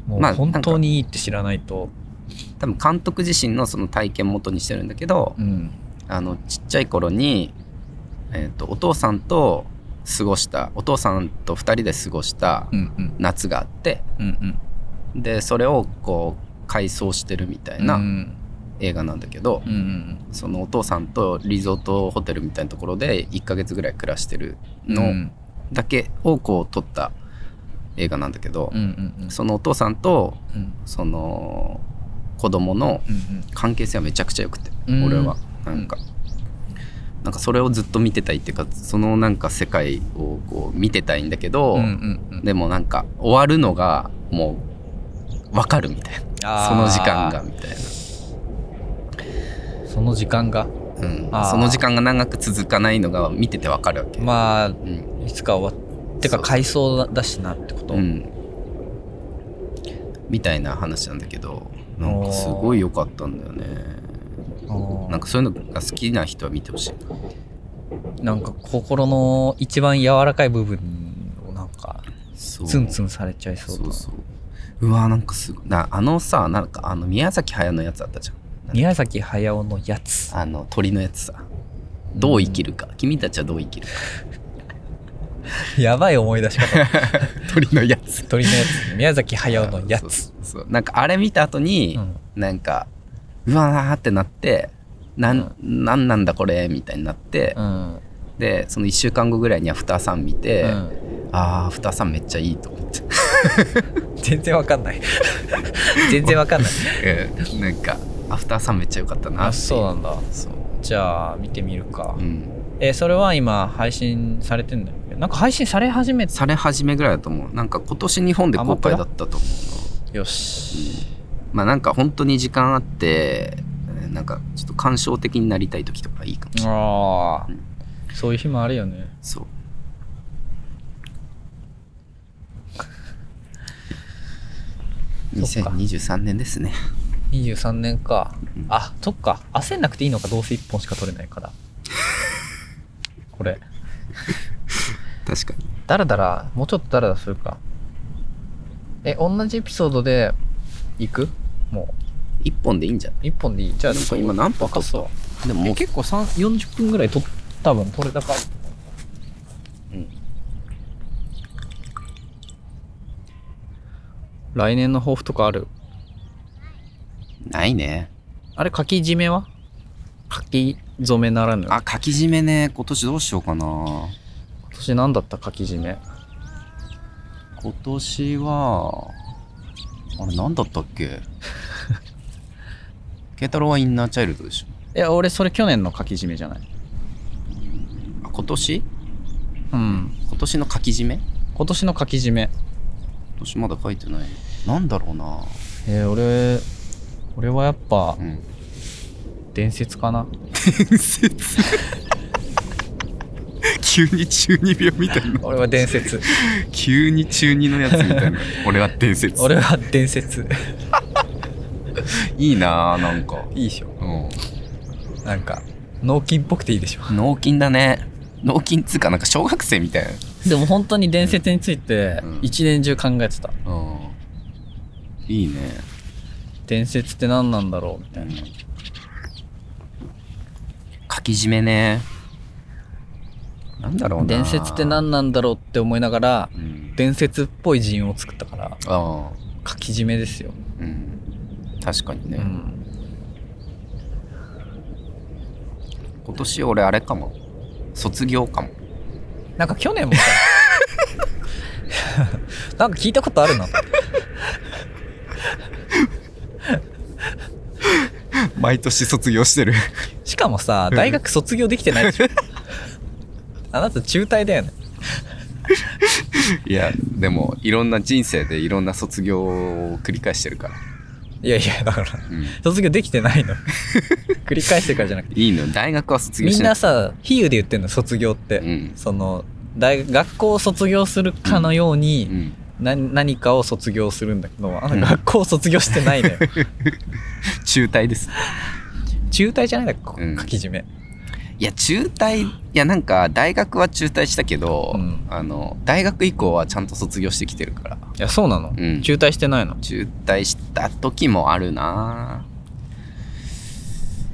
もうまあ本当にいいって知らないと、多分監督自身のその体験元にしてるんだけど、うんあのちっちゃい頃に、えー、とお父さんと過ごしたお父さんと2人で過ごしたうんうん夏があってうんうんでそれをこう回想してるみたいうんうなん映画なんだけど、うんそのお父さんとリゾートホテルみたいなところで1ヶ月ぐらい暮らしてるうんのだけをこう撮った映画なんだけど、うんうんうんそのお父さんとうんうんその子供のうん関係性はめちゃくちゃ良くて、うん俺はなんか、なんかそれをずっと見てたいっていうかそのなんか世界をこう見てたいんだけど、うんうんうんでもなんか終わるのがもう分かるみたいなあーその時間がみたいな。その時間がうんあーその時間が長く続かないのが見ててわかるわけ、まあうんいつか終わってかそう回想だしなってこと、うんみたいな話なんだけどなんかすごい良かったんだよねあーなんかそういうのが好きな人は見てほしいなんか心の一番柔らかい部分をなんかそうツンツンされちゃいそうそだうそううわなんかすごいなあのさなんかあの宮崎駿のやつあったじゃん宮崎駿のやつあの鳥のやつさどう生きるか、君たちはどう生きるか やばい思い出し方鳥のやつ鳥のやつ宮崎駿のやそうつそうなんかあれ見た後に、うんなんかうわーってなってなん,、なんなんだこれみたいになって、うんでその1週間後ぐらいにアフターさん見て、うんあーアフターさんめっちゃいいと思って全然わかん ない全然わかんないうん なんかアフターさんめっちゃ良かったなあっていそうなんだそうじゃあ見てみるか、うんえそれは今配信されてんだよねなんか配信され始めてされ始めぐらいだと思うなんか今年日本で公開だったと思うよし、なまあなんか本当に時間あってえーなんかちょっと感傷的になりたい時とかいいかもしれないああうんそういう日もあるよねそうそっか2023年ですね23年かうんあそっか焦んなくていいのかどうせ1本しか取れないから これ確かにだらだらもうちょっとだらだらするかえ同じエピソードで行くも一本でいいんじゃないう1本でいいじゃあなんか今何本若そうでもえもう結構3 40分ぐらいと多分取れたかうん来年の抱負とかあるないねあれ書き締めは書き初めならぬあ書き締めね今年どうしようかな今年何だった書き締め今年はあれ何だったっ け慶太郎はインナーチャイルドでしょいや俺それ去年の書き締めじゃないあ今年うん今年の書き締め今今年の書き締め年まだ書いてないなんだろうなえー俺俺はやっぱうん伝説かな伝説急に中二病みたいな俺は伝説急に中二のやつみたいな俺は伝 説俺は伝説いいなあなんかいいでしょうんなんか脳筋っぽくていいでしょ脳筋だね脳筋っつうかなんか小学生みたいなでも本当に伝説についてうん一年中考えてたうんいいね伝説って何なんだろうみたいな書き締めねなんだろうな伝説って何なんだろうって思いながらうん伝説っぽい人員を作ったからああ書き締めですよ、うん確かにね、うん、今年俺あれかも卒業かもなんか去年もさ なんか聞いたことあるな毎年卒業してるしかもさ大学卒業できてないでしょあなた中退だよね いやでもいろんな人生でいろんな卒業を繰り返してるから、いやいやだからうん、卒業できてない の繰り返してからじゃなくていいの大学は卒業みしんなないさ比喩で言ってんの卒業って、うんその大学学校を卒業するかのよううに、ん、な何かを卒業するんだけどあうんの学校を卒業してないの よ中退です中退じゃないんだこうん書き締め、いや中退いやなんか大学は中退したけど、うんあの大学以降はちゃんと卒業してきてるからいやそうなの、うん中退してないの中退した時もあるな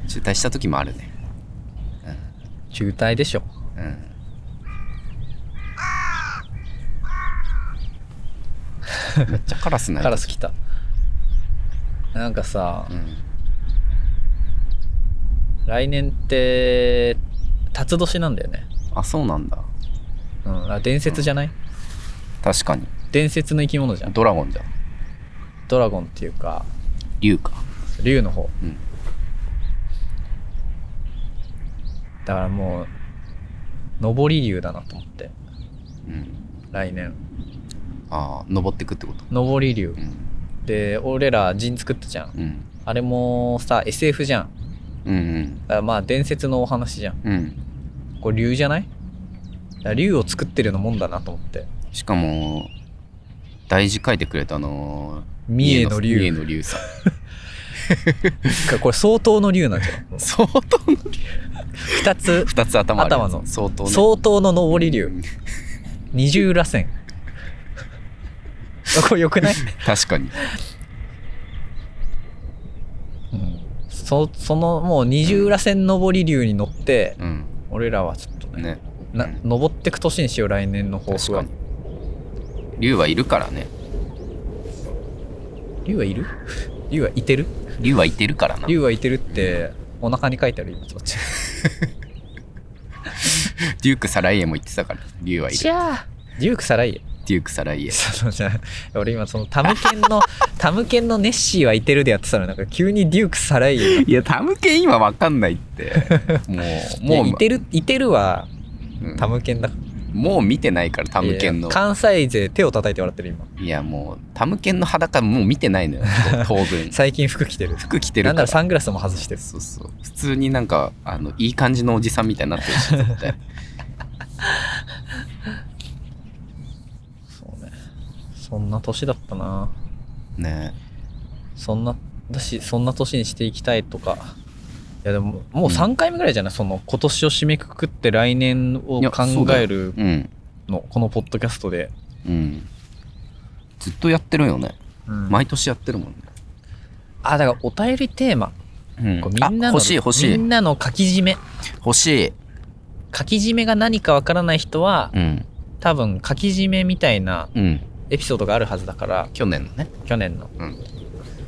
中退した時もあるね中退でしょうんめっちゃカラスないカラス来たなんかさ、うん来年って辰年なんだよねあそうなんだうん、あ伝説じゃない、確かに伝説の生き物じゃんドラゴンじゃんドラゴンっていうか竜か竜の方、うんだからもう上り竜だなと思ってうん来年ああ登ってくってこと上り竜うんで俺ら陣作ったじゃんうんあれもさ SF じゃんうんだからまあ伝説のお話じゃんうんうんこれ竜じゃないだから竜を作ってるようなもんだなと思って しかも大事書いてくれたあの三重の三重竜の 竜さんこれ相当の竜なんじ ゃん相当の二つ二つ頭あるやつ頭の相当の相当の上りう竜ん二重螺 旋これよくない確かにうんそそのもう二重らせん上り竜に乗って、うん俺らはちょっとねねなうん登ってく年にしよう来年の抱確負かはに竜はいるからね竜はいる竜はいてる竜はいてるからな竜はいてるって、お腹に書いてある今ちょっとデューク・サライエも言ってたから竜はいるじゃあデュークサライエデューク・サライエそのじゃあ俺今そのタムケン のタムケンのネッシーはいてるでやってたのになんか急にデュークサライエがいやタムケン今わかんないって もうもいうやいてるいてるはうんタムケンだからもう見てないからタムケンいやの関西勢手を叩いて笑ってる今いやもうタムケンの裸もう見てな いのよ当分最近服着てる服着てなるんならからサングラスも外してるそうそう普通になんかあのいい感じのおじさんみたいになってるし 絶対そうね。そんな年だったな。ねそんな、だし、そんな年にしていきたいとか。いやでも、もう3回目ぐらいじゃない、その、今年を締めくくって来年をいや考そうだえよるうんの、このポッドキャストで。うんずっとやってるよねうん毎年やってるもんねあ、だからお便りテーマ。うんこうみんなの、あ欲しい欲しみいんなの書き締め。欲しい書き締めが何かわからない人は、うん多分書き締めみたいなうんエピソードがあるはずだから、去年のね去年の。うん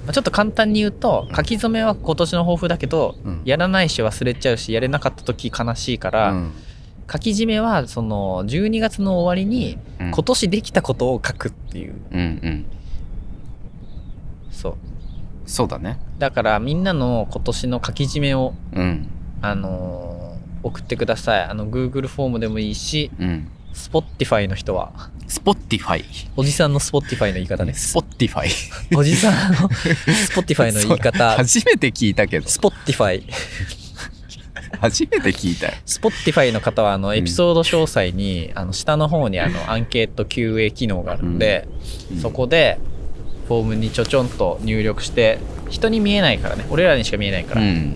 まあちょっと簡単に言うと、書き初めは今年の抱負だけど、うんやらないし忘れちゃうし、やれなかった時悲しいから、うん書き締めは、その、12月の終わりに、うん今年できたことを書くっていう。うんうんそう。そうだねだから、みんなの今年の書き締めを、うんあのー送ってください。あの、Google フォームでもいいし、うん。 Spotify の人は、スポッティファイ。おじさんの Spotify の言い方ね。スポッティファイ。おじさんの Spotify の言い方、初めて聞いたけど。 Spotify。初めて聞いたよ。 Spotify の方はあのんエピソード詳細に、あの下の方にあのアンケート QA 機能があるので、うんそこでフォームにちょちょんと入力して人に見えないからね俺らにしか見えないから、ん。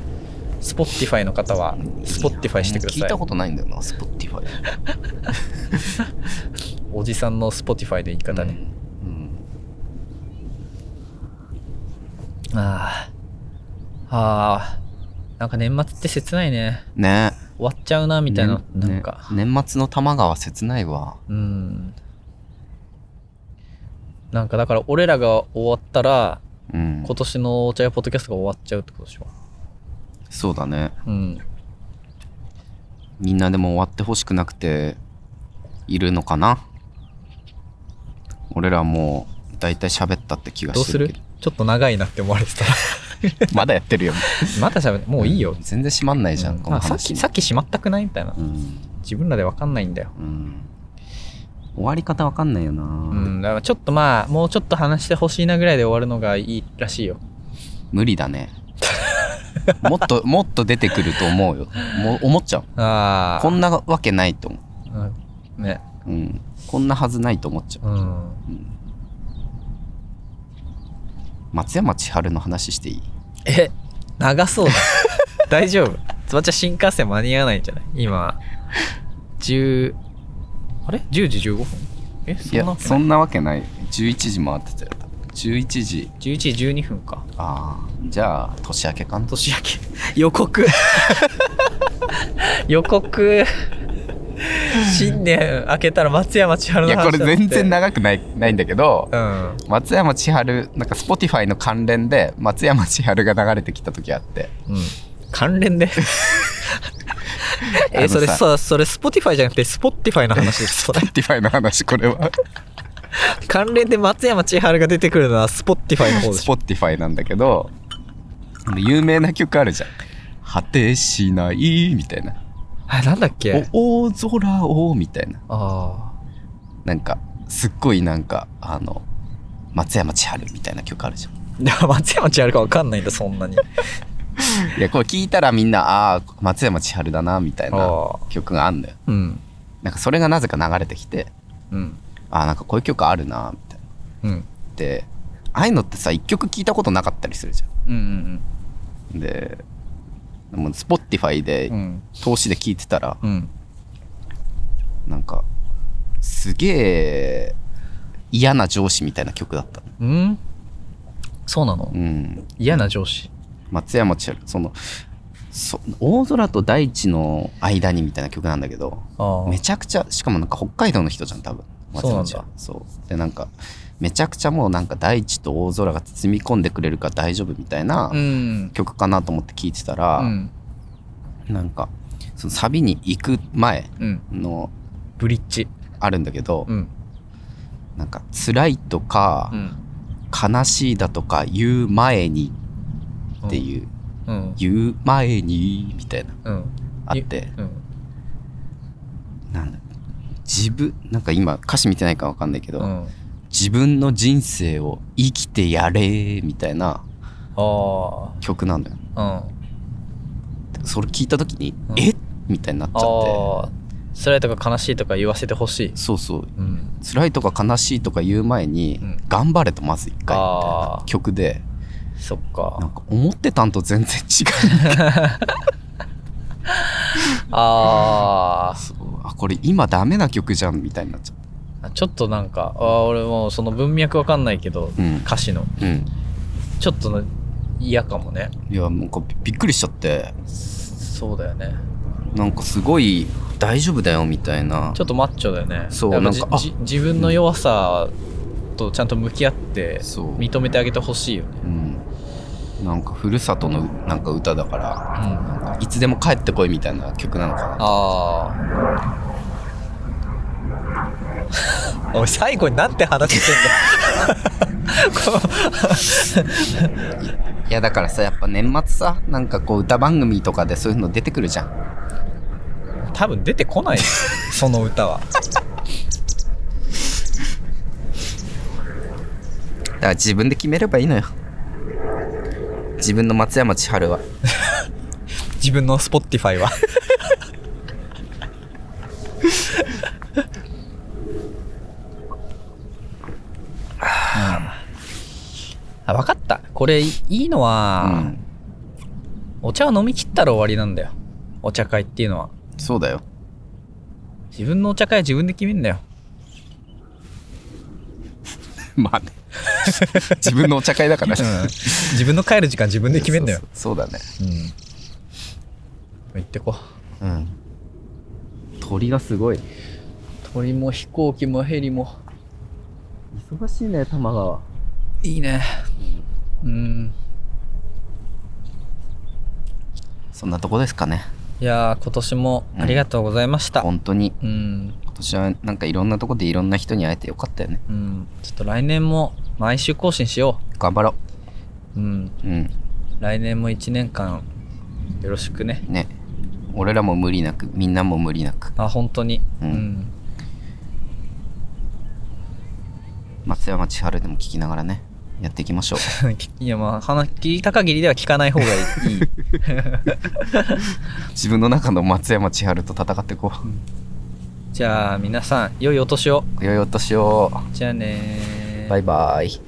Spotify の方は Spotify してくだ聞いさいたことないんだよな、スポッティファイ。おじさんの Spotify の言い方ね、うん。あーあーなんか年末って切ないねうんね終わっちゃうなみたいな、ねなんか、ね年末の多摩川切ないわ。うんなんかだから俺らが終わったらうん。今年のお茶屋ポッドキャストが終わっちゃうってことでしょそうだね。うんみんなでも終わってほしくなくて、いるのかな。俺らもう、だいたい喋ったって気がどうしすてるるけど。ちょっと長いなって思われて たらまだやってるよ。また喋るもういいよ、全然閉まんないじゃん、うんこのあさっ話き。さっきしまったくないみたいなうん。自分らで分かんないんだようん終わり方わかんないよな、うんだからちょっとまあもうちょっと話してほしいなぐらいで終わるのがいいらしいよ無理だね もっともっと出てくると思うよもう思っちゃうああこんなわけないと思うんねう、うん、こんなはずないと思っちゃううん松山千春の話していいえ長そう だ大丈夫つばちゃん新幹線間に合わないんじゃない今10あれ10時15分えそいんなやわけなそいんなわけない11時回ってたよ11時11時12分かああじゃあ年明けかな年明け予告 予 告新年明けたら松山千春いのや 話これだって全然長くないないんだけどうん松山千春なんか Spotify の関連で松山千春が流れてきた時あってうん関 連であえのさそれさそれ Spotify じゃなくて Spotify の話ですそれ Spotify の話これは関連で松山千春が出てくるのは Spotify の方でしょ Spotify なんだけどあの有名な曲あるじゃん「果てしない」みたいな あなんだっけ「お大空を」みたいなあなんかすっごいなんかあの松山千春みたいな曲あるじゃんあでも松山千春かわかんないんだそんなにいやこれ聞いたらみんなああー松山千春だなみたいあなー曲があんのようんなんかそれがなぜか流れてきてうんあーなんかこういう曲あるなみたいなうんでああいうのってさ一曲聞いたことなかったりするじうんうんゃんでもう Spotify でうん投資で聞いてたらうんなんかすげえ嫌な上司みたいな曲だったのうんそうなのうん嫌な上司松山千春そのそ大空と大地の間にみたいな曲なんだけどああめちゃくちゃしかもなんか北海道の人じゃん多分そうなんだ春そうでなんかめちゃくちゃもうなんか大地と大空が包み込んでくれるから大丈夫みたいなうん曲かなと思って聞いてたら、うんなんかそのサビに行く前うんのブリッジあるんだけど、うんなんか辛いとか、ん悲しいだとか言う前にっていう、うん言う前にみたいなうんあってうんなんだ自分なんか今歌詞見てないからわかんないけど、うん自分の人生を生きてやれみたいなあ曲なのよあうんそれ聞いた時に、うんえみたいになっちゃってああ辛いとか悲しいとか言わせてほしい、そうそううん、辛いとか悲しいとか言う前に、うん頑張れとまず一回みたいあなー曲でそっなかんか思ってたんと全然違 うあーそうあこれ今ダメな曲じゃんみたいになっちゃっちょっとなんかあー俺もうその文脈わかんないけど、うん歌詞のたうんちょっとの嫌かもねいやもうこうびっくりしちゃってそうだよねなんかすごい大丈夫だよみたいなちょっとマッチョだよねそうやっぱなんかじあじ自分の弱さとちゃんと向き合ってそう認めてあげてほしいよねうん、なんかふるさとのなんか歌だからうんなんかいつでも帰ってこいみたいな曲なのかなああ。 おい、最後になんて話してんだいやだからさやっぱ年末さなんかこう歌番組とかでそういうの出てくるじゃん多分出てこ ないよその歌は。だから自分で決めればいいのよ自分の松山千春は自分の Spotify は。あ分かったこれいいいのは、うんお茶を飲み切ったら終わりなんだよお茶会っていうのはそうだよ自分のお茶会は自分で決めんだよまあね 自分のお茶会だ からねうん自分の帰る時間自分で決めんだよ。そうそうそうだねうん。行ってこ。うん鳥がすごい鳥も飛行機もヘリも。忙しいね玉川いいね。うん。そんなとこですかねいやー、今年もありがとうございました。本当にうん。今年はなんかいろんなとこでいろんな人に会えてよかったよねうん。ちょっと来年も毎週更新しよ頑張ろう。うん。ううん来年も1年間よろしくね。ね俺らも無理なくみんなも無理なくあ、本当に。うん松山千春でも聞きながらねやっていきましょううん いや、まあ、話聞いた限りでは聞かない方が いい。自分の中の松山千春と戦ってこじゃあ、皆さん、良いお年を。う良いお年をじゃあねー。バイバイ